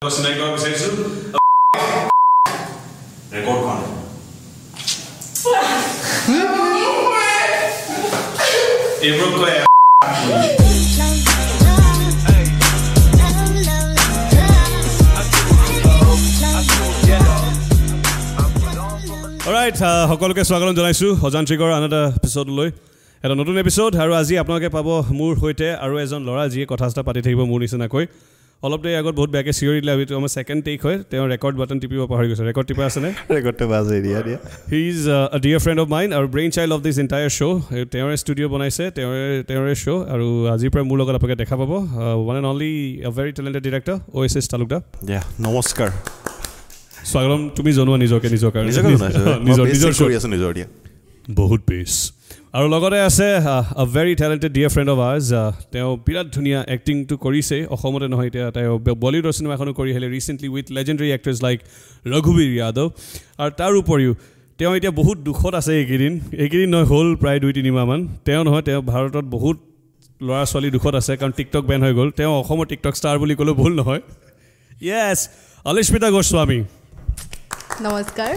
What's the name of his head, Rekord kan. Ebru kaya. Alright uh, সকলোকে স্বাগতম জনাইছোঁ অজান্ত্ৰিকৰ আন এটা এপিছ'ডলৈ এটা নতুন এপিছ'ড আৰু আজি আপোনালোকে পাব মোৰ সৈতে আৰু এজন ল'ৰা যিয়ে কথা চথা পাতি থাকিব মোৰ নিচিনাকৈ অলপ দেৰি আগত বহুত বেয়াকৈ চিঞৰি দিলে সেইটো আমাৰ ছেকেণ্ড টেক হয় তেওঁ ৰেকৰ্ড বাটন টিপিব পাহৰি গৈছে ৰেকৰ্ড টিপা আছেনে ৰেকৰ্ডটো বাজ এৰিয়া দিয়া he is a dear friend of mind আৰু brain child of this entire show' তেওঁৰে ষ্টুডিঅ' বনাইছে তেওঁৰে তেওঁৰে শ্ব' আৰু আজিৰ পৰা মোৰ লগত আপোনালোকে দেখা পাব one and only a very talented director O' S S Talukdar দিয়া নমস্কাৰ স্বাগতম তুমি জনোৱা নিজকে নিজৰ কাৰণে নিজকে জনাইছো অ, নিজৰ নিজৰ show। কৰি আছো নিজৰ দিয়া বহুত বেছ আৰু লগতে আছে a very talented dear friend of আৰ্জ তেওঁ বিৰাট ধুনীয়া এক্টিংটো কৰিছেই অসমতে নহয় এতিয়া তেওঁ ব- বলিউডৰ চিনেমাখনো কৰি আহিলে recently with legendary actress like Raghubir Yadav আৰু তাৰ উপৰিও তেওঁ এতিয়া বহুত দুখত আছে এইকেইদিন এইকেইদিন নহয় হ'ল প্ৰায় দুই তিনিমাহমান তেওঁ নহয় তেওঁ ভাৰতত বহুত ল'ৰা ছোৱালী দুখত আছে কাৰণ টিকটক বেন হৈ গ'ল তেওঁ অসমৰ টিকটক ষ্টাৰ বুলি ক'লেও ভুল নহয় য়েছ অলিস্মিতা গোস্বামী নমস্কাৰ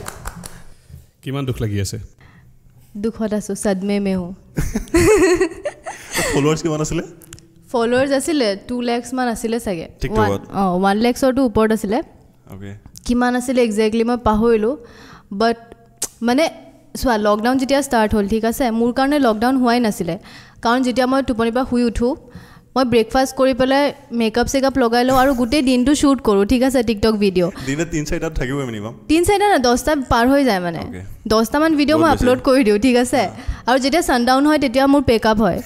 কিমান দুখ লাগি আছে দুখত আছোঁ সদমে মে হওঁ ফলোৱাৰ্ছ কিমান আছিলে ফলোৱাৰ্ছ আছিলে টু লেক্সমান আছিলে চাগে TikTok ত? One- অঁ ওৱান লেক্সৰটো ওপৰত আছিলে অ'কে কিমান আছিলে একজেক্টলি মই পাহৰিলোঁ বাট মানে চোৱা লকডাউন যেতিয়া ষ্টাৰ্ট হ'ল ঠিক আছে মোৰ কাৰণে লকডাউন হোৱাই নাছিলে কাৰণ যেতিয়া মই টোপনিৰ পৰা শুই উঠোঁ মই ব্ৰেকফাষ্ট কৰি পেলাই মেকআপ চেকআপ লগাই লওঁ আৰু গোটেই দিনটো শ্বুট কৰোঁ ঠিক আছে টিকটক ভিডিঅ' দিনে তিনি চাৰিটাত থাকিবই মিনিমাম তিনি চাৰিটা না দহটা পাৰ হৈ যায় মানে Okay. দহটামান ভিডিঅ' মই বহুত বেছি। আপলোড কৰি দিওঁ ঠিক আছে আৰু যেতিয়া ছানডাউন হয় তেতিয়া মোৰ পেকআপ হয়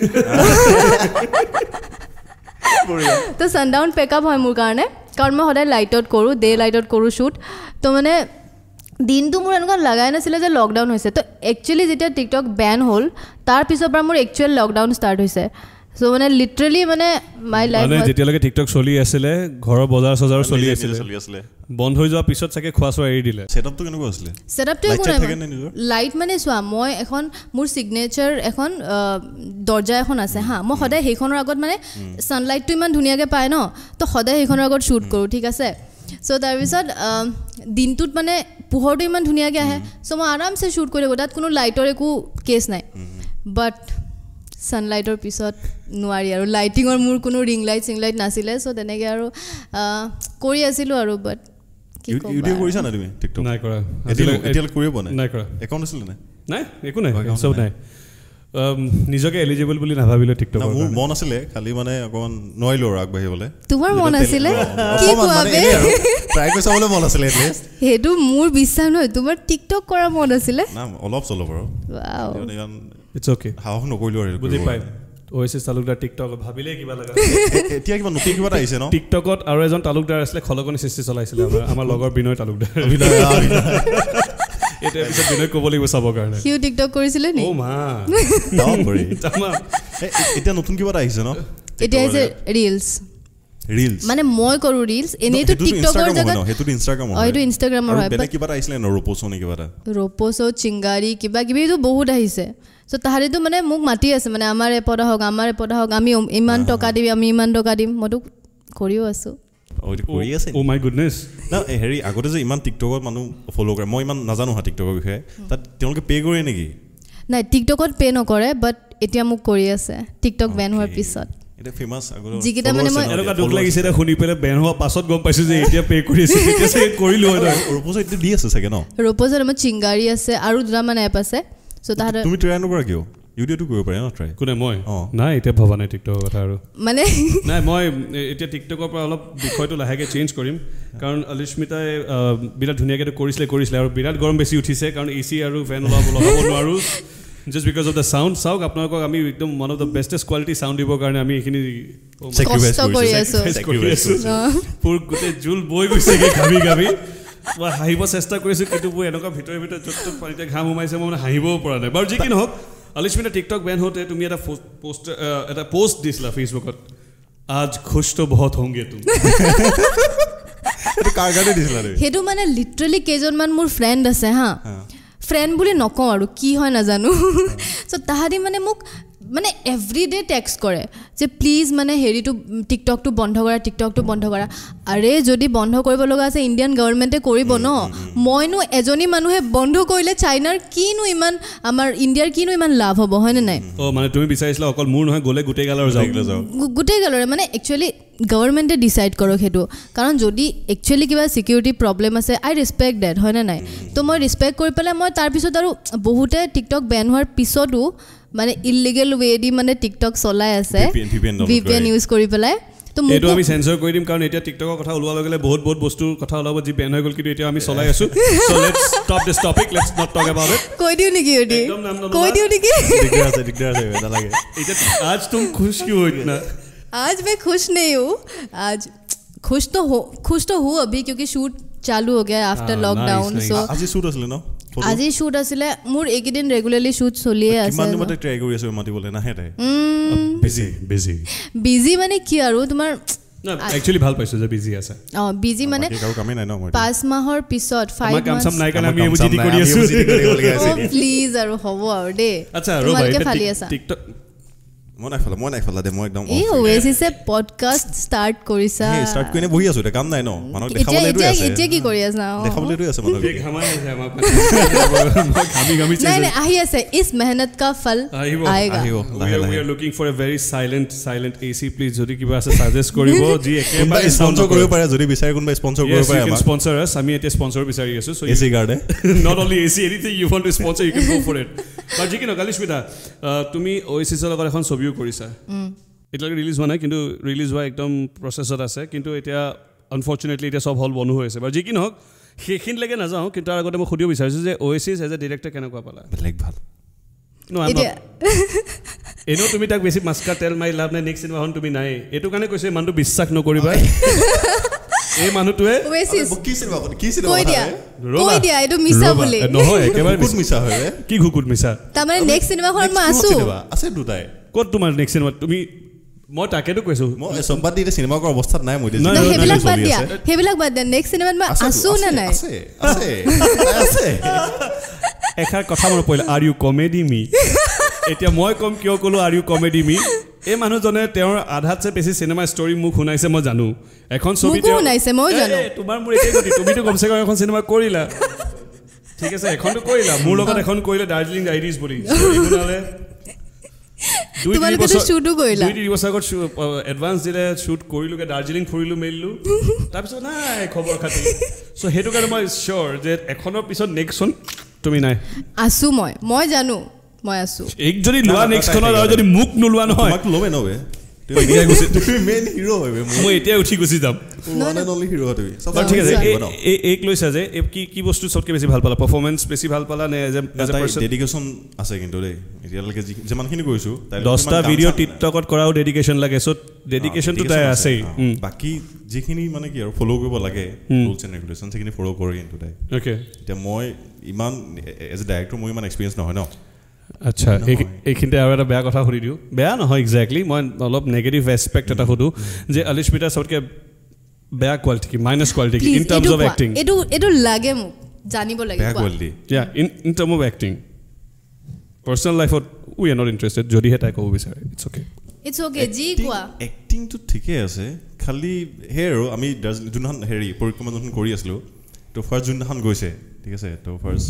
তো ছানডাউন পেকআপ হয় মোৰ কাৰণে কাৰণ মই সদায় লাইটত কৰোঁ ডে লাইটত কৰোঁ শ্বুট তো মানে দিনটো মোৰ এনেকুৱা লগাই নাছিলে যে লকডাউন হৈছে তো একচুৱেলি যেতিয়া টিকটক বেন হ'ল তাৰ পিছৰ পৰা মোৰ একচুৱেল লকডাউন ষ্টাৰ্ট হৈছে চ' মানে লিটাৰেলি মানে মাই লাইফ মানে যেতিয়ালৈকে টিকটক চলি আছিলে ঘৰৰ বজাৰ চজাৰো চলি আছিলে চলি আছিলে বন্ধ হৈ যোৱাৰ পিছত চাগে খোৱা চোৱা এৰি দিলে ছেটআপটো কেনেকুৱা আছিলে ছেটআপটো Light একো চাইট নাই থাকে নে নিজৰ? লাইট মানে চোৱা মই এখন মোৰ ছিগনেচাৰ এখন আ, দৰ্জা এখন আছে হা মই সদায় সেইখনৰ আগত মানে ছানলাইটটো ইমান ধুনীয়াকৈ পায় ন তো সদায় সেইখনৰ আগত শ্বুট কৰোঁ ঠিক আছে চ' তাৰপিছত আ, দিনটোত মানে পোহৰটো ইমান ধুনীয়াকৈ আহে চ' মই আৰামছে শ্বুট কৰি থাকোঁ তাত কোনো লাইটৰ একো কেছ নাই বাট ছানলাইটৰ পিছত নোৱাৰি আৰু লাইটিঙৰ মোৰ কোনো ৰিং লাইট চিং লাইট নাছিলে চ' তেনেকৈ আৰু আ, কৰি আছিলোঁ আৰু বাট কি ইউ- ইউটিউব ক'বা কৰিছা নাই তুমি টিকটক নাই কৰা এতিয়ালৈ এতিয়ালৈ কৰিয়ে পোৱা নাই নাই কৰা একাউণ্ট আছিলে নাই নাই একো নাই Account চব নাই আম, নিজকে এলিজিবল বুলি নাভাবিলোঁ টিকটক না, মোৰ মন আছিলে খালি মানে অকণমান নোৱাৰিলোঁ আৰু আগবাঢ়িবলৈ তোমাৰ মন আছিলে কি অকণমান কোৱা মানে বে এনেই আৰু ট্ৰাই কৰি চাবলৈ মন আছিলে এটলিষ্ট সেইটো মোৰ বিশ্বাস নহয় তোমাৰ টিকটক কৰা মন আছিলে না অলপ চলপ আৰু Wow. ইমান ইটছ অ'কে সাহস নকৰিলোঁ আৰু বুজি কৰিব। পাই অ' এছ এছ তালুকদাৰ টিকটক ভাবিলেই কিবা লগা এ- এতিয়া কিবা নতুন কিবা এটা আহিছে ন টিকটকত আৰু এজন তালুকদাৰ আছিলে খলকনি সৃষ্টি চলাইছিলে আমাৰ আমাৰ লগৰ বিনয় তালুকদাৰ অভিনয়, অভিনয়। এইটো পিছত বিনয় ক'ব লাগিব চাবৰ কাৰণে সিও টিকটক কৰিছিলে নি অ' মা তাৰোপৰি, তামাম। এ- এতিয়া নতুন কিবা এটা আহিছে ন এতিয়া হৈছে ৰিলছ ৰিলছ মানে মই কৰোঁ ৰিলছ এনেইতো সেইটোতো টিকটকৰ Instagram হয় জেগাত ন? সেইটোতো Instagram অ, হয়। এইটো ইনষ্টাগ্ৰামৰ আৰু হয় বেলেগ but কিবা এটা আছিলে ন? ৰ'প'চ' নে কিবা এটা? ৰ'প'চ' চিংগাৰী কিবা কিবি এইটো বহুত আহিছে চ' তাহাঁতেতো মানে মোক মাতি আছে মানে আমাৰ এপদ আহক আমাৰ এপদ আহক আমি ইমান টকা দিবি আমি ইমান টকা দিম মইতো কৰিও আছোঁ অ, অ' মাই গুডনেছ না, এ, হেৰি আগতে যে ইমান টিকটকত মানুহ ফ'ল' কৰে মই ইমান নাজানো হা টিকটকৰ বিষয়ে তাত তেওঁলোকে পে' কৰে নেকি নাই টিকটকত পে' নকৰে বাট এতিয়া মোক কৰি আছে টিকটক বেন হোৱাৰ Okay. পিছত এতিয়া ফেমাছ যিকেইটা মানে মই- এনেকুৱা দুখ লাগিছে এতিয়া শুনি পেলাই বেন হোৱাৰ পাছত গম পাইছোঁ যে এতিয়া পে' কৰি আছে তেতিয়া চাগে কৰিলোঁ হয় নহয়। ৰ'প'চ' এতিয়া দি আছে চাগে ন ৰ'প'জত আমাৰ চিংগাৰী আছে আৰু দুটামান এপ আছে চ' তাহাঁতে তুমি ট্ৰাই নকৰা কিয় ইউটিউবটো কৰিব পাৰে ন ট্ৰাই কোনে মই অঁ। নাই এতিয়া ভবা নাই টিকটকৰ কথা আৰু মানে নাই মই এ- এতিয়া টিকটকৰ পৰা অলপ বিষয়টো লাহেকৈ চেঞ্জ কৰিম কাৰণ অলিস্মিতাই আ, বিৰাট ধুনীয়াকৈ এইটো কৰিছিলে কৰিছিলে আৰু বিৰাট গৰম বেছি উঠিছে কাৰণ এ চি আৰু ফেন লগাব লগাব নোৱাৰোঁ just because of the sound চাওক আপোনালোকক আমি একদম one of the bestest quality sound দিবৰ কাৰণে আমি এইখিনি Oh my Sacrifice কষ্ট কৰি কৰিছে, আছো। sacrifice কৰি Sacrifice আছো। অ, মোৰ গোটেই জোল বৈ গৈছেগৈ ঘামি ঘামি মই হাঁহিব চেষ্টা কৰিছোঁ কিন্তু মোৰ এনেকুৱা ভিতৰে ভিতৰে য'ত ত'ত পানীতে ঘাম সোমাইছে মই মানে হাঁহিবও পৰা নাই বাৰু যি কি নহওক অলিস্মিতা টিকটক বেন হওঁতে তুমি এটা পোষ্ট এটা পোষ্ট দিছিলা ফেচবুকত আজ খুশ তো বহুত হোংগে তুমি এইটো কাৰ কাৰণে দিছিলা তুমি? সেইটো মানে লিটাৰেলি কেইজনমান মোৰ ফ্ৰেণ্ড আছে হা ফ্ৰেণ্ড বুলি নকওঁ আৰু কি হয় নাজানো চ' তাহাঁতি মানে মোক মানে এভৰি ডে টেক্সট কৰে যে প্লিজ মানে হেৰিটো টিকটকটো বন্ধ কৰা টিকটকটো বন্ধ কৰা আৰে যদি বন্ধ কৰিব লগা আছে ইণ্ডিয়ান গভৰ্ণমেণ্টে কৰিব ন মইনো এজনী মানুহে বন্ধ কৰিলে চাইনাৰ কিনো ইমান আমাৰ ইণ্ডিয়াৰ কিনো ইমান লাভ হ'ব হয়নে নাই অ' মানে তুমি বিচাৰিছিলা অকল মোৰ নহয় গ'লে গোটেই গালৰ যাওক লাগিলে যাওক গো- গোটেই গালৰে মানে একচুৱেলি গভৰ্ণমেণ্টে ডিচাইড কৰক সেইটো কাৰণ যদি একচুৱেলি কিবা ছিকিউৰিটি প্ৰব্লেম আছে আই ৰেচপেক্ট ডেট হয়নে নাই তো মই ৰেচপেক্ট কৰি পেলাই মই তাৰপিছত আৰু বহুতে টিকটক বেন হোৱাৰ পিছতো মানে ইলিগেল ৱেদি মানে টিকটক চলাই আছে VPN download ভি কৰে। ইউজ কৰি পেলাই তো মোক এইটো আমি চেঞ্চৰ কৰি দিম কাৰণ এতিয়া টিকটকৰ কথা ওলোৱাৰ লগে লগে বহুত বহুত বস্তুৰ কথা ওলাব যি বেন হৈ গ'ল কিন্তু এতিয়া আমি চলাই আছো So let's stop this topic, let's not talk about it. কৈ দিওঁ নেকি সিহঁতি একদম নাম নল'বা। কৈ দিওঁ নেকি দিগদাৰ আছে দিগদাৰ আছে নালাগে এতিয়া আজ তুম খুশ কিয় হৈ না आज मैं खुश नहीं हूँ आज खुश तो हो खुश तो हूँ अभी क्योंकि शूट चालू हो गया है आफ्टर हाँ, lockdown Ah, nice, nice. So আজি শ্বুট আছিলে ন Photo? আজি শ্বুট আছিলে মোৰ এইকেইদিন ৰেগুলাৰলি শ্বুট চলিয়ে আছে কিমান দিন মাতে ট্ৰাই কৰি আছো মাতিবলৈ নাহে তাই বিজি বিজি বিজি মানে কি আৰু তোমাৰ একচুৱেলি ভাল পাইছো যে বিজি আছে অঁ বিজি মানে বাকী কাৰো কামেই নাই ন মোৰ পাঁচ মাহৰ পিছত আমাৰ ফাইভ কাম চাম নাই কাৰণে আমি আমাৰ এইবোৰ কাম চাম জিদি নাই, কৰি আমি আছো এইবোৰ জিদি কৰিবলগীয়া আছে। প্লিজ আৰু হ'ব আৰু দেই আচ্ছা ৰ'বা তোমালোকে এতিয়া ফালি টিক- আছা টিকটক মই নাই ফালা মই নাই ফালা দে মই একদম এই ৱেচিছে পডকাষ্ট ষ্টাৰ্ট কৰিছা ষ্টাৰ্ট কৰি এনে বহি আছো এতিয়া কাম নাই ন মানুহক এতিয়া দেখাবলৈ এতিয়া আছে এতিয়া কি কৰি আছা অঁ। দেখাবলৈ এইটোৱে আছে মানুহক এই ঘামাই আছে আমাক মই ঘামি ঘামি নাই চাইছো নাই আহি আছে ইচ মেহনত কা ফল আহিব আয়েগা আহিব। লাহে লাহে। We are looking for a very silent silent A C please যদি কিবা আছে ছাজেষ্ট কৰিব যি একেবাৰে কোনোবাই স্পন্সৰ কৰিব পাৰে যদি বিচাৰে কোনোবাই স্পন্সৰ কৰিব পাৰে আমাক স্পন্সৰ আছ আমি এতিয়া স্পন্সৰ বিচাৰি আছো So এ you- চি গাৰ্ডে not only AC, anything you want to sponsor, you can go for it. But যি কি নহওক, কালিস্মিতা, আহ, uh, তুমি অ'এচিছৰ লগত এখন ছবিও কৰিছা এতিয়ালৈকে ৰিলিজ হোৱা নাই কিন্তু ৰিলিজ হোৱা একদম প্ৰচেছত আছে কিন্তু এতিয়া আনফৰ্চুনেটলি এতিয়া চব হল বন্ধ হৈ আছে বাৰু যি কি নহওক সেইখিনিলৈকে নাযাওঁ কিন্তু তাৰ আগতে মই সুধিব বিচাৰিছোঁ যে অ'এচিছ এজ এ ডিৰেক্টৰ কেনেকুৱা পালা বেলেগ ভাল No, I'm এতিয়া not- এনেও তুমি তাক বেছি মাস্কা তেল মাৰি লাভ নাই নেক্সট চিনেমাখন তুমি নাই এইটো কাৰণে কৈছে এই মানুহটো বিশ্বাস নকৰিবা এই মানুহটোৱে ৱেচিছ কি চিনেমা কি কৈ দিয়া ৰ'বা। কৈ দিয়া এইটো মিছা ৰ'বা, বুলি নহয় একেবাৰে ক'ত মিছা। মিছা হয় ৰে? কি ঘুকুত মিছা তাৰমানে নেক্সট চিনেমাখনত মই Next আছোঁ cinema, আছে দুটাই ক'ত তোমাৰ নেক্সট চিনেমাত তুমি মই তাকেতো কৈছোঁ মই চম্পাত দি এতিয়া চিনেমা কৰা অৱস্থাত নাই মই এতিয়া। নাই, ন, যিটো নাই, সেইবিলাক চলি বাদ দিয়া আছে। সেইবিলাক বাদ দিয়া নেক্সট চিনেমাত মই আছেতো, আছোঁ নে নাই আছে আছে আছে, আছে এষাৰ কথা মনত পৰিলে আৰ ইউ কমেডি মি এতিয়া মই ক'ম কিয় ক'লোঁ আৰ ইউ কমেডি মি এই মানুহজনে তেওঁৰ আধাতছে বেছি চিনেমা ষ্টৰী মোক শুনাইছে মই জানো এখন ছবি মোকো তেওঁ- শুনাইছে, ময়ো এই, জানো। এই, তোমাৰ মোৰ একেই গতি তুমিতো কমচে কম এখন চিনেমা কৰিলা ঠিক আছে এখনতো কৰিলা মোৰ লগত এখন কৰিলে দাৰ্জিলিং ডায়েৰিজ বুলি Story বনালে। দুই তিনি তোমালোকেতো বছৰ- shoot ও কৰিলা। দুই তিনি বছৰ আগত এডভান্স দিলে শ্বুট কৰিলোঁগৈ দাৰ্জিলিং ফুৰিলোঁ মেলিলোঁ তাৰপিছত নাই খবৰ খাতি চ' সেইটো কাৰণে মই চিয়'ৰ যে এখনৰ পিছত নেক্সটখন তুমি নাই আছোঁ মই মই জানো মই আছোঁ এক যদি লোৱা নাই, নাই, নেক্সটখনত তাই আৰু থাকিব। যদি মোক নোলোৱা নহয় তোমাক ল'মেই ন বে তুমি এতিয়াই গৈছে- তুমি মেইন হিৰ' হয় বে মোৰ মই এতিয়াই উঠি গুচি যাম ওৱান এণ্ড অনলি হিৰ' হয় তুমি চব বাৰু ঠিক আছে জানিব এই- ন? এই- এইক লৈছা যে এই কি কি বস্তু চবতকৈ বেছি ভাল পালা পাৰফৰ্মেঞ্চ বেছি ভাল পালা নে as a- as a তাইৰ person? ডেডিকেশ্যন আছে কিন্তু দেই এতিয়ালৈকে যি- যিমানখিনি কৰিছোঁ তাইৰ দহটা ইমান কাম ভিডিঅ' চাম নাই। টিকটকত কৰাও ডেডিকেশ্যন লাগে চ' ডেডিকেশ্যনটো তাই Dedication আছেই আছে, অ। বাকী যিখিনি মানে কি আৰু ফ'ল' কৰিব লাগে ৰুলছ এণ্ড ৰেগুলেশ্যন সেইখিনি ফ'ল' কৰে কিন্তু তাই অ'কে এতিয়া মই ইমান এজ এ ডাইৰেক্টৰ মোৰ ইমান এক্সপিৰিয়েঞ্চ নহয় ন আচ্ছা এই- এইখিনিতে আৰু এটা বেয়া কথা সুধি দিওঁ বেয়া নহয় এক্সেক্টলি মই অলপ নেগেটিভ এছপেক্ট এটা সুধোঁ যে অলিস্মিতা চবতকৈ বেয়া কোৱালিটি কি মাইনাছ কোৱালিটি কি Please, ইন টাৰ্মছ এইটো অফ কোৱা। এক্টিং এইটো এইটো লাগে মোক জানিব লাগে বেয়া কোৱা। Quality Yeah, in, in terms of acting. Personal life, we are not interested. যদিহে তাই ক'ব বিচাৰে ইটছ অ'কে It's okay, যি কোৱা এক্টিংটো ঠিকেই আছে খালি সেই আৰু আমি দাৰ্জিলিং যোনদিনাখন হেৰি পৰিক্ৰমা যোনদিনাখন কৰি আছিলোঁ তো ফাৰ্ষ্ট যোনদিনাখন গৈছে ঠিক আছে তো ফাৰ্ষ্ট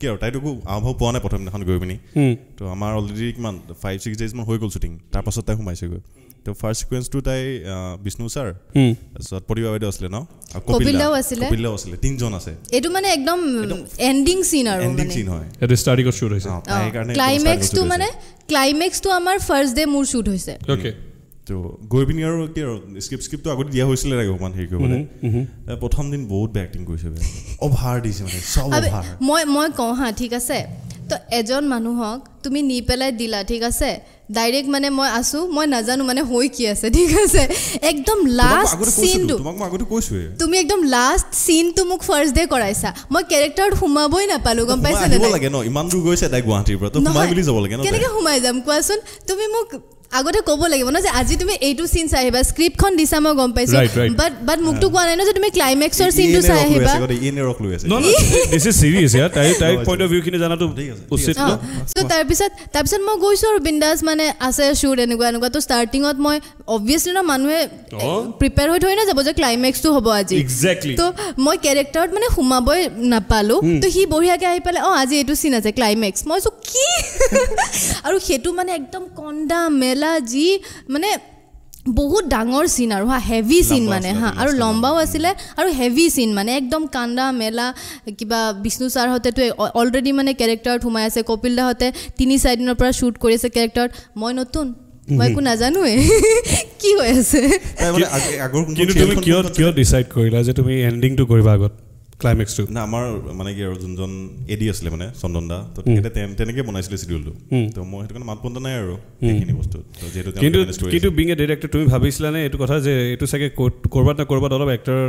কি আৰু তাইতো একো আৰম্ভ পোৱা নাই প্ৰথম দিনাখন গৈ পিনি Hmm। তো আমাৰ অলৰেডি কিমান ফাইভ ছিক্স ডেইজমান হৈ গ'ল শ্বুটিং তাৰপাছত তাই সোমাইছেগৈ তো ফাৰ্ষ্ট ছিকুৱেঞ্চটো তাই আহ, বিষ্ণু ছাৰ তাৰপিছত প্ৰতিভা বাইদেউ আছিলে ন আৰু কপিল কপিল দা। দাও আছিলে। কপিল দাও আছিলে তিনিজন আছে এইটো মানে একদম এণ্ডিং চিন আৰু মানে- এণ্ডিং চিন হয় এইটো ষ্টাৰ্টিঙত শ্বুট হৈছে অ, Ah, তাইৰ কাৰণে একদম ক্লাইমেক্সটো ষ্টাৰ্টিঙত মানে ক্লাইমেক্সটো আমাৰ ফাৰ্ষ্ট ডে মোৰ শ্বুট হৈছে অ'কে তো গৈ পিনি আৰু কি আৰু স্ক্ৰিপ্ট স্ক্ৰিপ্টটো আগতে দিয়া হৈছিলে লাগে অকণমান হেৰি কৰিবলৈ Hmm, এ, প্ৰথম দিন বহুত বেয়া এক্টিং কৰিছে অভাৰ দিছে মানে চব আবে, অভাৰ মই মই কওঁ হা ঠিক আছে তো এজন মানুহক তুমি নি পেলাই দিলা ঠিক আছে ডাইৰেক্ট মানে মই আছোঁ মই নাজানো মানে হৈ কি আছে ঠিক আছে একদম লাষ্ট চিনটো তোমাক মই আগতে কৈছোৱে তুমি একদম লাষ্ট চিনটো মোক ফাৰ্ষ্ট ডে কৰাইছা মই কেৰেক্টাৰত সোমাবই নাপালোঁ গম সোমাই পাইছা নে আহিব নাই লাগে ন ইমান দূৰ গৈছে তাই গুৱাহাটীৰ পৰা তো সোমাই নহয়, বুলি যাব লাগে ন তাই। কেনেকে সোমাই যাম কোৱাচোন তুমি মোক আগতে ক'ব লাগিব ন যে আজি তুমি এইটো চিন চাই আহিবা স্ক্ৰিপ্টখন দিছা মই গম পাইছোঁ Right, right. বাট বাট মোকতো কোৱা নাই ন যে তুমি ক্লাইমেক্সৰ ই চিনটো এনে চাই E ৰস লৈ আহিবা আছে, গতিকে ই এনে ৰস লৈ আছে। ন দিছ ইজ চিৰিয়াছ ইয়াৰ তাই তাইৰ No, পইণ্ট অফ ভিউখিনি জনাটো ঠিক আছে, ঠিক উচিত আছে। ন অঁ চ' Ah, তাৰপিছত তাৰপিছত মই গৈছোঁ আৰু বিন্দাছ মানে আছে শ্বুট এনেকুৱা এনেকুৱা ত' ষ্টাৰ্টিঙত মই অবভিয়াছলি ন মানুহে অঁ। প্ৰিপেয়াৰ হৈ থৈ নাযাব যে ক্লাইমেক্সটো হ'ব আজি এক্সেক্টলি তো মই কেৰেক্টাৰত মানে সোমাবই নাপালোঁ তো সি বঢ়িয়াকৈ আহি পেলাই অঁ আজি এইটো চিন আছে ক্লাইমেক্স মই কৈছোঁ কি আৰু সেইটো মানে একদম কন্দা মেলা যি মানে বহুত ডাঙৰ চিন আৰু হা হেভি চিন লম্বা মানে আছিলে, হা last আৰু ত। লম্বাও আছিলে আৰু হেভি চিন মানে একদম কান্দা মেলা কিবা বিষ্ণু ছাৰহঁতেতো অলৰেডি মানে কেৰেক্টাৰত সোমাই আছে কপিল দাহঁতে তিনি চাৰিদিনৰ পৰা শ্বুট কৰি আছে কেৰেক্টাৰত মই নতুন মই একো নাজানোৱেই কি হৈ আছে তাই মানে আগ- আগৰ কোনখন কিন্তু তুমি খেলখন কিয় কোনখন কিয় ডিচাইড কৰিলা যে তুমি এণ্ডিংটো কৰিবা আগত ক্লাইমেক্সটো না আমাৰ মানে কি আৰু যোনজন এডি আছিলে মানে চন্দন দা তো তেখেতে তেন- তেনেকে বনাইছিলে চিডিউলটো তো মই সেইটো কাৰণে মাত বন্ধ নাই আৰু সেইখিনি বস্তু তো যিহেতু তেওঁলোকে কিন্তু manage কৰি কিন্তু আছে। বিং এ ডিৰেক্টৰ তুমি ভাবিছিলানে এইটো কথা যে এইটো চাগে ক'ত- ক'ৰবাত না ক'ৰবাত অলপ এক্টৰ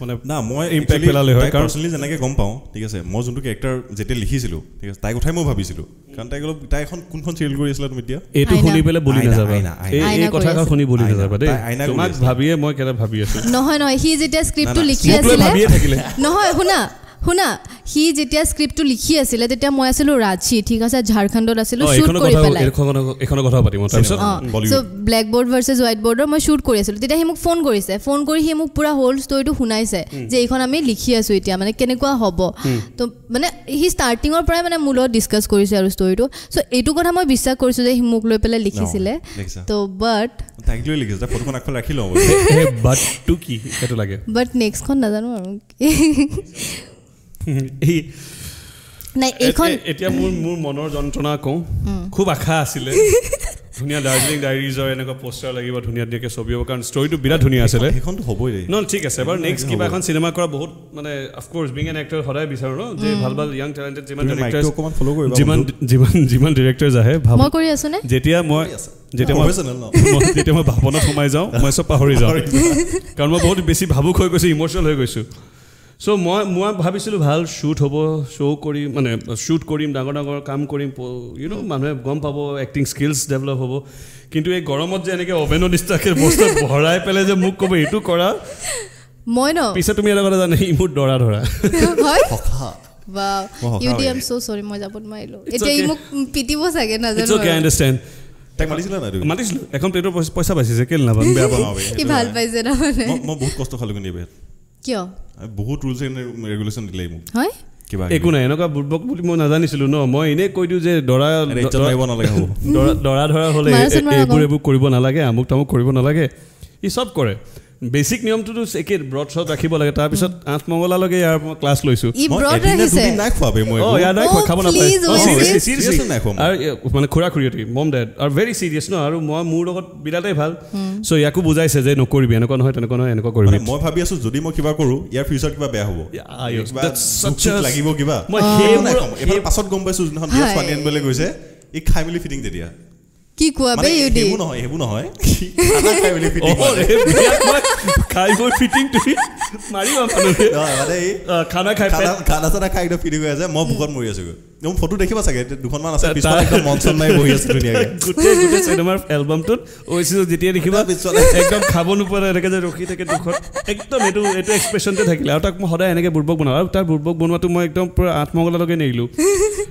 মানে না মই ইম্পেক্ট পেলালে হয় কাৰণ পাৰ্চনেলি যেনেকৈ গম পাওঁ ঠিক আছে মই যোনটো কেৰেক্টাৰ যেতিয়া লিখিছিলোঁ ঠিক আছে তাই কথাই মই ভাবিছিলোঁ কাৰণ তাই অলপ তাই এখন কোনখন চিৰিয়েল কৰি আছিলে তুমি এতিয়া এইটো আইনা। শুনি পেলাই বলি আইনা, নাযাবা আইনা, আইনা। এই- এই আইনা কৰি কথাষাৰ আছে। শুনি বলি আইনা। নাযাবা দেই তাই আইনা কৰি তোমাক আছে। ভাবিয়ে মই কেনে ভাবি আছো নহয় নহয় সি যেতিয়া স্ক্ৰিপ্টটো না, না, লিখি মোক লৈ আছিলে ভাবিয়ে থাকিলে। নহয় শুনা শুনা সি যেতিয়া স্ক্ৰিপ্টটো লিখি আছিলে তেতিয়া মই আছিলোঁ ৰাঁচী ঠিক আছে ঝাৰখণ্ডত আছিলোঁ অ, শ্বুট এইখনৰ কৰি কথা পেলাই এইখনৰ এইখনৰ কথা পাতিম মই। তাৰপিছত অঁ Bollywood। So' black board versus white বৰ্ডৰ মই শ্বুট কৰি আছিলোঁ তেতিয়া সি মোক ফোন কৰিছে ফোন কৰি সি মোক পূৰা হ'ল ষ্টৰিটো শুনাইছে যে এইখন আমি লিখি আছোঁ এতিয়া মানে কেনেকুৱা হ'ব তো মানে সি ষ্টাৰ্টিঙৰ পৰাই মানে মোৰ লগত ডিছকাছ কৰিছে আৰু ষ্টৰিটো চ' এইটো কথা মই বিশ্বাস কৰিছোঁ যে সি মোক লৈ পেলাই লিখিছিলে লিখিছা। তো বাট তাইক লৈ লিখিছে তাই ফটোখন আগফালে ৰাখি লওঁ এই বাটটো কি সেইটো লাগে বাট নেক্সটখন নাজানো আৰু এই নাই এইখন এ- এতিয়া মোৰ মোৰ মনৰ যন্ত্ৰণা কওঁ খুব আশা আছিলে ধুনীয়া দাৰ্জিলিং ডায়েৰিজৰ এনেকুৱা পষ্টাৰ লাগিব ধুনীয়া ধুনীয়াকৈ ছবি হ'ব কাৰণ ষ্টৰিটো বিৰাট ধুনীয়া আছিলে সেইখনতো হ'বই দেই ন ঠিক আছে বাৰু নেক্সট কিবা এখন চিনেমা কৰা বহুত মানে অফক'ৰ্ছ বিং এন এক্টৰ সদায় বিচাৰোঁ ন যে ভাল ভাল য়াং টেলেণ্টেড যিমান তুমি directors- মাইকটো অকণমান follow কৰিবা, যিমান যিমান যিমান ডিৰেক্টৰ্ছ আহে ভাব মই কৰি আছোনে যেতিয়া মই যেতিয়া মই Professional ন? মই- যেতিয়া মই ভাৱনাত সোমাই যাওঁ মই চব পাহৰি যাওঁ কাৰণ মই বহুত বেছি ভাবুক হৈ গৈছোঁ ইম'চনেল হৈ গৈছোঁ চ' মই মই ভাবিছিলোঁ ভাল শ্বুট হ'ব শ্ব' কৰিম মানে শ্বুট কৰিম ডাঙৰ ডাঙৰ কাম কৰিম ইউ ন' মানুহে গম পাব এক্টিং স্কিলছ ডেভেলপ হ'ব কিন্তু এই গৰমত যে এনেকৈ অভেনৰ নিচিনাকৈ বস্তু ভৰাই পেলাই যে মোক ক'ব এইটো কৰা মই ন পিছে তুমি এটা কথা জানে ই মোৰ দৰা ধৰা হয় মই হকা ইউ ডি হয়। এম চ' চৰি মই যাব নোৱাৰিলোঁ It's এতিয়া ই okay. মোক পিটিব চাগে ইটছ নাজানো অ'কে আই আৰু। আণ্ডাৰষ্টেণ্ড তাইক মাতিছিলা নাই তুমি মাতিছিলোঁ এখন প্লেটৰ পইচা- পইচা পাইছে কেলে নাপাম বেয়া পাম অ, বে, সি সেইটো ভাল হয়। পাইছে তাৰমানে মই- মই বহুত কষ্ট খালোঁ কিন্তু এইবাৰ কিয় আমি বহুত ৰুলছ এণ্ড ৰেগুলেশ্যন দিলে মোক হয় কিবা একো নাই এনেকুৱা বুৰ্বক বুলি মই নাজানিছিলোঁ ন মই এনেই কৈ দিওঁ যে দৰা আৰে, ইজ্জত মাৰিব নালাগে হ'ব দৰা দৰা ধৰা হ'লে মাৰা চোন, মাৰা এইবোৰ আকৌ। এইবোৰ কৰিব নালাগে আমুক তামুক কৰিব নালাগে ই চব কৰে বেচিক নিয়মটোতো একেই ব্ৰত শ্বট ৰাখিব লাগে তাৰপিছত আঠমঙলালৈকে ইয়াৰ মই ক্লাছ লৈছোঁ ই মই ব্ৰড এদিনা ৰাখিছে দুদিন নাই খোৱা বে মই অ একো। ইয়াৰ নাই খোৱা, Oh, খাব নাপায় please, O, wait, seriously, wait. seriously। Seriously নাই খোৱা মই। আৰু এ, মানে খুৰা খুৰীহঁতি মম ডেড আৰু ভেৰি চিৰিয়াছ ন আৰু মই মোৰ লগত বিৰাটেই ভাল চ' ইয়াকো বুজাইছে যে নকৰিবি এনেকুৱা নহয় তেনেকুৱা নহয় এনেকুৱা মানে কৰিবি মই ভাবি আছো যদি মই কিবা কৰো ইয়াৰ ফিউচাৰত কিবা বেয়া হ'ব আয়ুস, কিবা that's দুখ such চুখ a- লাগিব কিবা মই একো সেইবোৰ- নাই খোৱা মই। এইফালে পাছত গম পাইছো যোনদিনাখন বিয়া হয়। ছোৱালী আনিবলৈ গৈছে ই খাই মেলি ফিটিং তেতিয়া কি কোৱা মানে বে ইউ ডি সেইবোৰ নহয় সেইবোৰ নহয় খানা খাই মেলি অ, ফিটিং মানে এই বিৰাট মই খাই বৈ ফিটিং তুমি মাৰিবা মানুহে নহয়, মানে এই অ, খানা খাই পেট খানা- খানা চানা খাই একদম ফিটিং হৈ আছে মই ভোকত মৰি আছো মোৰ ফটো দেখিবা চাগে এতিয়া দুখনমান আছে পিছফালে একদম মন চন মাৰি বহি আছো ধুনীয়াকে গোটেই গোটেই চিনেমাৰ এলবামটোত ঐচিছক যেতিয়া দেখিবা তাৰপিছতে- একদম খাব নোপোৱা এনেকৈ যে ৰখি থাকে দুখত একদম এইটো এইটো এক্সপ্ৰেশ্যনতে থাকিলে আৰু তাক মই সদায় এনেকৈ বুৰ্বক বনাওঁ আৰু তাৰ বুৰ্বক বনোৱাটো মই একদম পূৰা আঠমঙলালৈকে নেৰিলোঁ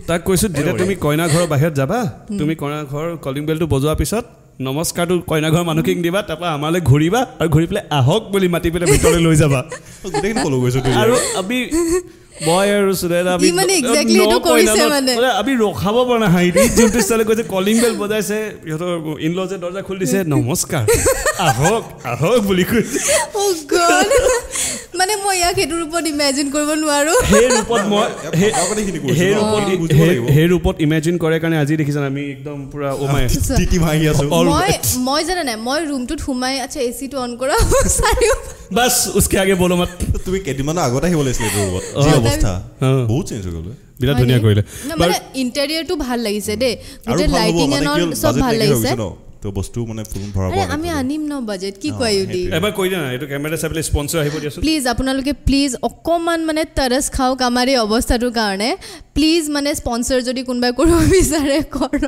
তাক কৈছোঁ যেতিয়া তুমি কইনা ঘৰৰ বাহিৰত যাবা তুমি কইনা ঘৰৰ কলিং বেলটো বজোৱাৰ পিছত নমস্কাৰটো কইনা ঘৰৰ মানুহখিনিক দিবা তাৰপৰা আমালৈ ঘূৰিবা আৰু ঘূৰি পেলাই আহক বুলি মাতি পেলাই ভিতৰলৈ লৈ যাবা গোটেইখিনি ফ'ল' কৰিছো আৰু আমি মই আৰু সুনেৰা আমি ই মানে exactly সেইটো ন কইনা কৰিছে ন- মানে। মানে আমি ৰখাব পৰা নাই হাঁহি যোনটো ষ্টাইলে কৈছে কলিং বেল বজাইছে সিহঁতৰ ইনলজে দৰ্জা খুলি দিছে নমস্কাৰ আহক আহক বুলি কৈছে Oh God! মানে মই ইয়াক সেইটোৰ ওপৰত ইমেজিন কৰিব নোৱাৰোঁ সেই ৰূপত মই সেই সেইখিনি সেই কৰিছো ৰূপত অ, বুজিব সেই- লাগিব। সেই ৰূপত ইমেজিন কৰে কাৰণে আজি দেখিছা আমি একদম পূৰা ওমাই টি টি ভাঙি আছো All মই right. মই জানা নাই মই ৰুমটোত সোমাই আচ্ছা এ চিটো অন কৰা চাৰিও বাছ উচকে আগে বলো মাত তুমি কেইদিনমানৰ আগত আহিব লাগিছিলে এইটো ৰুমত যি অ, অৱস্থা অ। বহুত চেঞ্জ হৈ গ'ল বে। বিৰাট ধুনীয়া কৰিলে ন, বাৰু মানে ইণ্টেৰিয়ৰটো ভাল লাগিছে দেই আৰু গোটেই ভাল হ'ব লাইটিং মানে এণ্ড কি অল হ'ল, চব budget ভাল নাইকিয়া হৈ লাগিছে গৈছে ন তো বস্তু মানে ফুল ভৰাব আৰে আমি আনিম ন বাজেট কি কয় ইউ দি সেইটোৱে। এবাৰ কৈ দিয়া না এইটো কেমেৰা চাই পেলাই স্পন্সৰ আহিব দিয়াচোন প্লিজ আপোনালোকে প্লিজ অকণমান মানে টাৰছ খাওক আমাৰ এই অৱস্থাটোৰ কাৰণে প্লিজ মানে স্পনচাৰ যদি কোনোবাই কৰিব বিচাৰে কৰক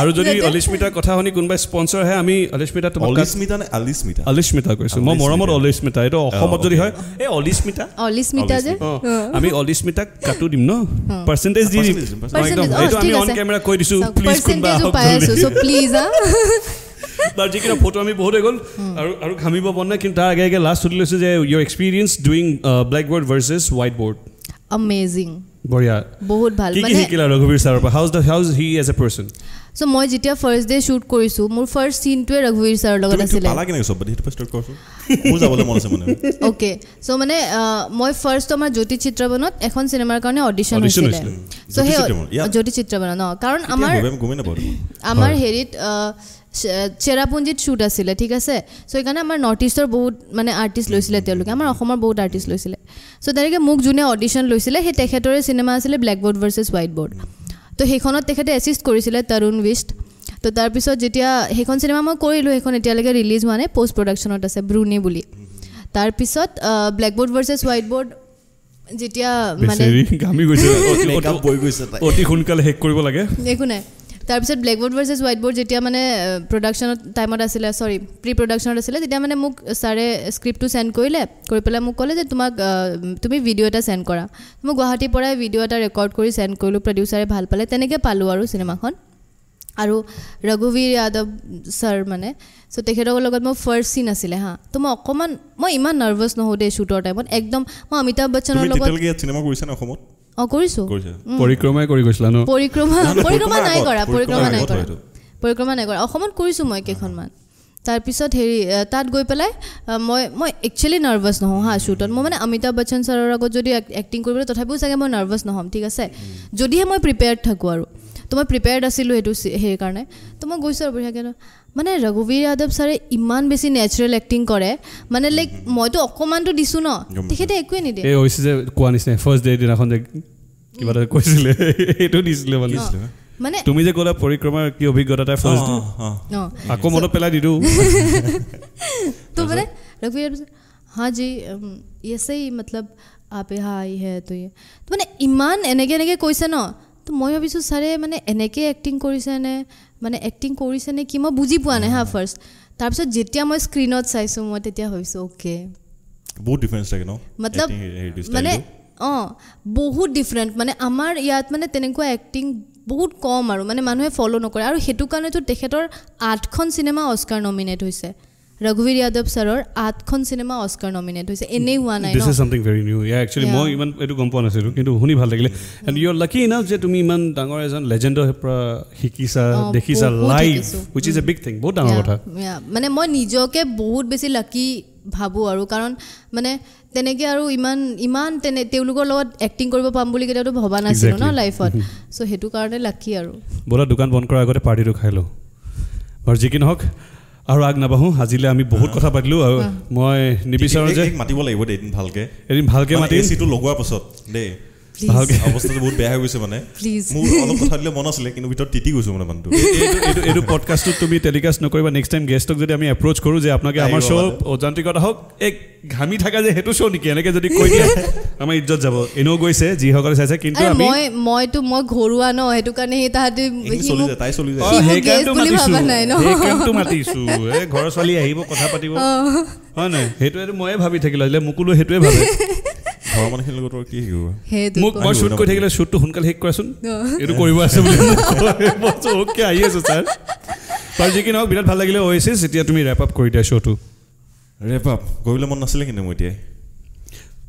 আৰু যদি যাতে- অলিস্মিতাৰ কথা শুনি কোনোবাই স্পনচৰ আহে আমি অলিস্মিতা তোমাক অলিস্মিতা নে আলিস্মিতা অলিস্মিতা কৈছোঁ মই অলিস্মিতা। মৰমত অলিস্মিতা এইটো অসমত যদি হয় এই অলিস্মিতা অলিস্মিতা যে অঁ, আমি অলিস্মিতাক কাটো দিম ন পাৰ্চেণ্টেজ দি দিম Percentage, মই একদম percentage, অঁ, এইটো আমি ঠিক অন আছে। কেমেৰা কৈ দিছোঁ চাওক, প্লিজ কোনোবা percentage-ও আহক পাই আছো জলদি। চ' প্লিজ হা তাৰ যিখিনি ফটো আমি বহুত হৈ গ'ল আৰু আৰু ঘামিব মন নাই কিন্তু তাৰ আগে আগে লাষ্ট সুধি লৈছোঁ যে your experience doing black board versus white board amazing বঢ়িয়া বহুত ভাল কি কি মানে শিকিলা ৰঘুবীৰ ছাৰৰ পৰা how's the how's he as a person so' মই যেতিয়া ফাৰ্ষ্ট ডে শ্বুট কৰিছোঁ মোৰ ফাৰ্ষ্ট চিনটোৱে ৰঘুবীৰ ছাৰৰ লগত তুমি এইটো আছিলে পালা কেনেকৈ চব সেইটো পৰা ষ্টাৰ্ট কৰচোন মোৰ যাবলৈ মন আছে মানে অ'কে চ' মানে আহ, মই ফাৰ্ষ্ট আমাৰ জ্যোতি চিত্ৰবনত এখন চিনেমাৰ কাৰণে অডিশ্যন Audition হৈছিলে হৈছিলে। চ' সেই জ্যোতি চিত্ৰবনত, ইয়াত? জ্যোতি চিত্ৰবনত ন কাৰণ আমাৰ আমাৰ আমি গমেই নাপাওঁ দেখোন। আমাৰ হয়। হেৰিত আহ, চে- চেৰাপুঞ্জীত শ্বুট আছিলে ঠিক আছে চ' সেইকাৰণে আমাৰ নৰ্থ ইষ্টৰ বহুত মানে আৰ্টিষ্ট লৈছিলে তেওঁলোকে আমাৰ অসমৰ বহুত আৰ্টিষ্ট লৈছিলে চ' তেনেকৈ মোক যোনে অডিশ্যন লৈছিলে সেই তেখেতৰে চিনেমা আছিলে black board versus white board তো সেইখনত তেখেতে এচিষ্ট কৰিছিলে তৰুণ বিষ্ট তো তাৰপিছত যেতিয়া সেইখন চিনেমা মই কৰিলোঁ সেইখন এতিয়ালৈকে ৰিলিজ হোৱা নাই প'ষ্ট প্ৰডাকশ্যনত আছে ব্ৰুনি বুলি তাৰপিছত black board versus white board যেতিয়া মানে ঘামি গৈছে Makeup বৈ গৈছে তাই। অতি সোনকালে শেষ কৰিব লাগে একো নাই তাৰপিছত ব্লেকবৰ্ড ভাৰ্চেছ হোৱাইট বৰ্ড যেতিয়া মানে প্ৰডাকশ্যনত টাইমত আছিলে চৰি প্ৰি প্ৰডাকশ্যনত আছিলে তেতিয়া মানে মোক ছাৰে স্ক্ৰিপ্টটো চেণ্ড কৰিলে কৰি পেলাই মোক ক'লে যে তোমাক আহ, তুমি ভিডিঅ' এটা চেণ্ড কৰা মই গুৱাহাটীৰ পৰাই ভিডিঅ' এটা ৰেকৰ্ড কৰি চেণ্ড কৰিলোঁ প্ৰডিউচাৰে ভাল পালে তেনেকৈ পালোঁ আৰু চিনেমাখন আৰু ৰঘুবীৰ যাদৱ ছাৰ মানে চ' তেখেতৰ লগত মোৰ ফাৰ্ষ্ট চিন আছিলে হা তো মই অকণমান মই ইমান নাৰ্ভাছ নহওঁ দেই শ্বুটৰ টাইমত একদম মই অমিতাভ বচ্চনৰ তুমি লগত তেতিয়ালৈকে ইয়াত চিনেমা কৰিছা নে অসমত অঁ কৰিছোঁ কৰিছা পৰিক্ৰমাই কৰি গৈছিলা ন পৰিক্ৰমা নহয়, নহয়, পৰিক্ৰমা পৰিক্ৰমাৰ নাই আগত, কৰা পৰিক্ৰমা পৰিক্ৰমাৰ নাই আগত কৰা হয় এইটো। পৰিক্ৰমা নাই কৰা অসমত কৰিছোঁ মই কেইখনমান তাৰপিছত হেৰি এ, তাত গৈ পেলাই আ, মই মই একচুৱেলি নাৰ্ভাছ নহওঁ হা শ্বুটত মই মানে অমিতাভ বচ্চন ছাৰৰ আগত যদি এক্টিং কৰিবলৈ তথাপিও চাগে মই নাৰ্ভাছ নহ'ম ঠিক আছে যদিহে মই প্ৰিপেয়াৰ্ড থাকোঁ আৰু তো মই প্ৰিপেয়াৰ্ড আছিলোঁ সেইটো চি- সেইকাৰণে তো মই গৈছোঁ আৰু বঢ়িয়াকৈ ন। মানে ৰঘুবীৰ যাদৱ ছাৰে ইমান বেছি নেচাৰেল এক্টিং কৰে মানে লাইক মইতো অকণমানতো দিছোঁ ন গম পাইছোঁ। তেখেতে একোৱে নিদিয়ে এই হৈছে যে কোৱা নিচিনা ফাৰ্ষ্ট ডে দিনাখন যে কিবা Mm. এটা কৈছিলে সেইটো দিছিলে মানে দিছিলে? মানে তুমি যে ক'লা পৰিক্ৰমাৰ কি অভিজ্ঞতা এটা ফাৰ্ষ্ট অঁ, অঁ। অঁ আকৌ মনত পেলাই দিলোঁ तो बोले रघुवीर अभिषेक, हाँ जी अम, ऐसे ही मतलब आप यहाँ आई है तो ये তো মানে ইমান এনেকৈ এনেকৈ কৈছে ন তো মই ভাবিছোঁ ছাৰে মানে এনেকৈ এক্টিং কৰিছেনে মানে এক্টিং কৰিছেনে কি মই বুজি পোৱা নাই হা ফাৰ্ষ্ট তাৰপিছত যেতিয়া মই স্ক্ৰীণত চাইছোঁ মই তেতিয়া ভাবিছোঁ অ'কে বহুত ডিফাৰেঞ্চ থাকে ন মতলব Acting হেৰি- eh, হেৰিটো, মানে ষ্টাইলটো। অঁ বহুত ডিফাৰেণ্ট মানে আমাৰ ইয়াত মানে তেনেকুৱা এক্টিং বহুত কম আৰু মানে মানুহে ফ'ল' নকৰে আৰু সেইটো কাৰণেতো তেখেতৰ আঠখন চিনেমা অস্কাৰ নমিনেট হৈছে ৰঘুবীৰ যাদৱ ছাৰৰ আঠখন চিনেমা অস্কাৰ নমিনেট হৈছে এনেই হোৱা নাই this no is something very new ইয়াৰ একচুৱেলি Yeah. Mm. মই ইমান এইটো গম পোৱা নাছিলোঁ কিন্তু শুনি ভাল লাগিলে and you are lucky enough যে তুমি ইমান ডাঙৰ এজন লেজেণ্ডৰ পৰা শিকিছা অ, দেখিছা বহুত লাইভ শিকিছোঁ। Which is a big thing বহুত ডাঙৰ Oh, Yeah, কথা yeah. মানে মই নিজকে বহুত বেছি লাকি ভাবোঁ আৰু কাৰণ মানে তেনেকৈ আৰু ইমান ইমান তেনে তেওঁলোকৰ লগত এক্টিং কৰিব পাম বুলি কেতিয়াওতো ভবা নাছিলোঁ ন Exactly. লাইফত চ' সেইটো কাৰণে লাকি আৰু ব'লা দোকান বন্ধ কৰাৰ আগতে পাৰ্টিটো খাই লওঁ বাৰু যি কি নহওক আৰু আগ নাবাঢ়োঁ আজিলৈ আমি বহুত কথা পাতিলোঁ আৰু Ah. মই নিবিচাৰোঁ এক- যে এক মাতিব লাগিব দেই এদিন ভালকে এদিন ভালকৈ মানে মাতিম এচিটো লগোৱাৰ পাছত দেই প্লিজ ভালকে- অৱস্থাটো বহুত বেয়া হৈ গৈছে মানে প্লিজ মোৰ অলপ কথা দিলে মন আছিলে কিন্তু ভিতৰত তিতি গৈছো মানে মানুহটো এইটো- এইটো- এইটো পডকাষ্টটো তুমি টেলিকাষ্ট নকৰিবা নেক্সট টাইম গেষ্টক যদি আমি এপ্ৰ'চ কৰোঁ যে আপোনালোকে আমাৰ আহিব শ্ব' মানে। অযান্ত্ৰিকতা হওক এক ঘামি থাকা যে সেইটো শ্ব' নেকি এনেকৈ যদি কৈ দিয়ে আমাৰ ইজ্জত যাব এনেও গৈছে যিসকলে চাইছে কিন্তু আৰে আমি মই মইতো মই ঘৰুৱা ন সেইটো কাৰণে সেই তাহাঁতি এইখিনি সি চলি মোক- যায় তাই চলি অ, যায় সি মোক সেইকাৰণেতো guest বুলি মাতিছোঁ। ভাবা নাই ন। সেইকাৰণেতো মাতিছোঁ। এই ঘৰৰ ছোৱালী আহিব কথা পাতিব হয় নাই সেইটোৱেতো ময়ে ভাবি থাকিলো আজিলে মোকো লৈ সেইটোৱে ভাবে ঘৰৰ মানুহখিনিৰ লগত আৰু কি শিকিব সেইটো মোক ক- মই শ্বুট কৰি থাকিলে শ্বুটটো সোনকালে শেষ কৰাচোন এইটো কৰিব আছে বুলি অ'কে আহি আছোঁ ছাৰ বাৰু যি কি নহওক বিৰাট ভাল লাগিলে অ'য়েছিছ এতিয়া তুমি ৰেপ আপ কৰি দিয়া শ্ব'টো ৰেপ আপ কৰিবলৈ মন নাছিলে কিন্তু মোৰ এতিয়াই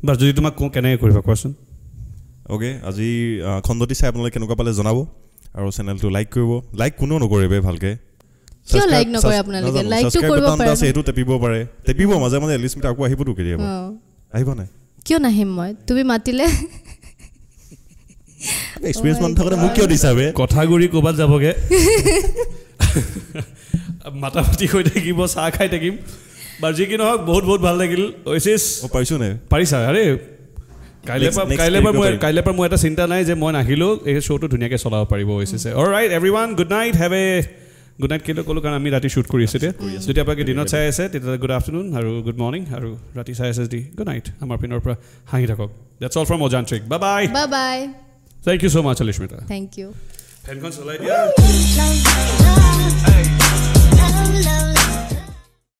বাৰু যদি তোমাক কওঁ কেনেকৈ কৰিবা কোৱাচোন অ'কে আজি আহ, খণ্ডটি চাই আপোনালোকে কেনেকুৱা পালে জনাব আৰু চেনেলটো লাইক কৰিব লাইক কোনেও নকৰে বে ভালকৈ like নকৰে আপোনালোকে? Like টো কৰিব পাৰে ন? সেইটো টেপিব পাৰে টেপিব মাজে মাজে এলিচমিটা আকৌ আহিবতো কেতিয়াবা অঁ। আহিব নাই কিয় নাহিম মই তুমি মাতিলে এক্সপিৰিয়েঞ্চ মানুহ থাকোঁতে মোক কিয় দিছা বে কথাগুৰি ক'ৰবাত যাবগৈ মাতা মাতি হৈ থাকিব চাহ খাই থাকিম বাৰু যি কি নহওক বহুত বহুত ভাল লাগিল অ'য়েছিছ অ, পাৰিছোঁ নাই পাৰিছা আৰে কাইলৈ পৰা Next- next কাইলৈ পৰা week-ও মই পাৰিম। কাইলৈ পৰা মোৰ এটা চিন্তা নাই যে মই নাহিলেও এই শ্ব'টো ধুনীয়াকৈ চলাব পাৰিব হৈছে all right everyone good night have a good night কেলৈ ক'লোঁ কাৰণ আমি ৰাতি শ্বুট কৰি আছোঁ এতিয়া যদি আপোনালোকে দিনত চাই আছে তেতিয়া গুড আফটাৰনুন আৰু গুড মৰ্ণিং আৰু ৰাতি চাই আছে যদি গুড নাইট আমাৰ পিনৰ পৰা হাঁহি থাকক ডেটছ অল ফ্ৰম অজান্ত্ৰিক বা bye bye bye thank you so' much অলিস্মিতা thank you ফেনখন চলাই দিয়া Love, love, love, love, love,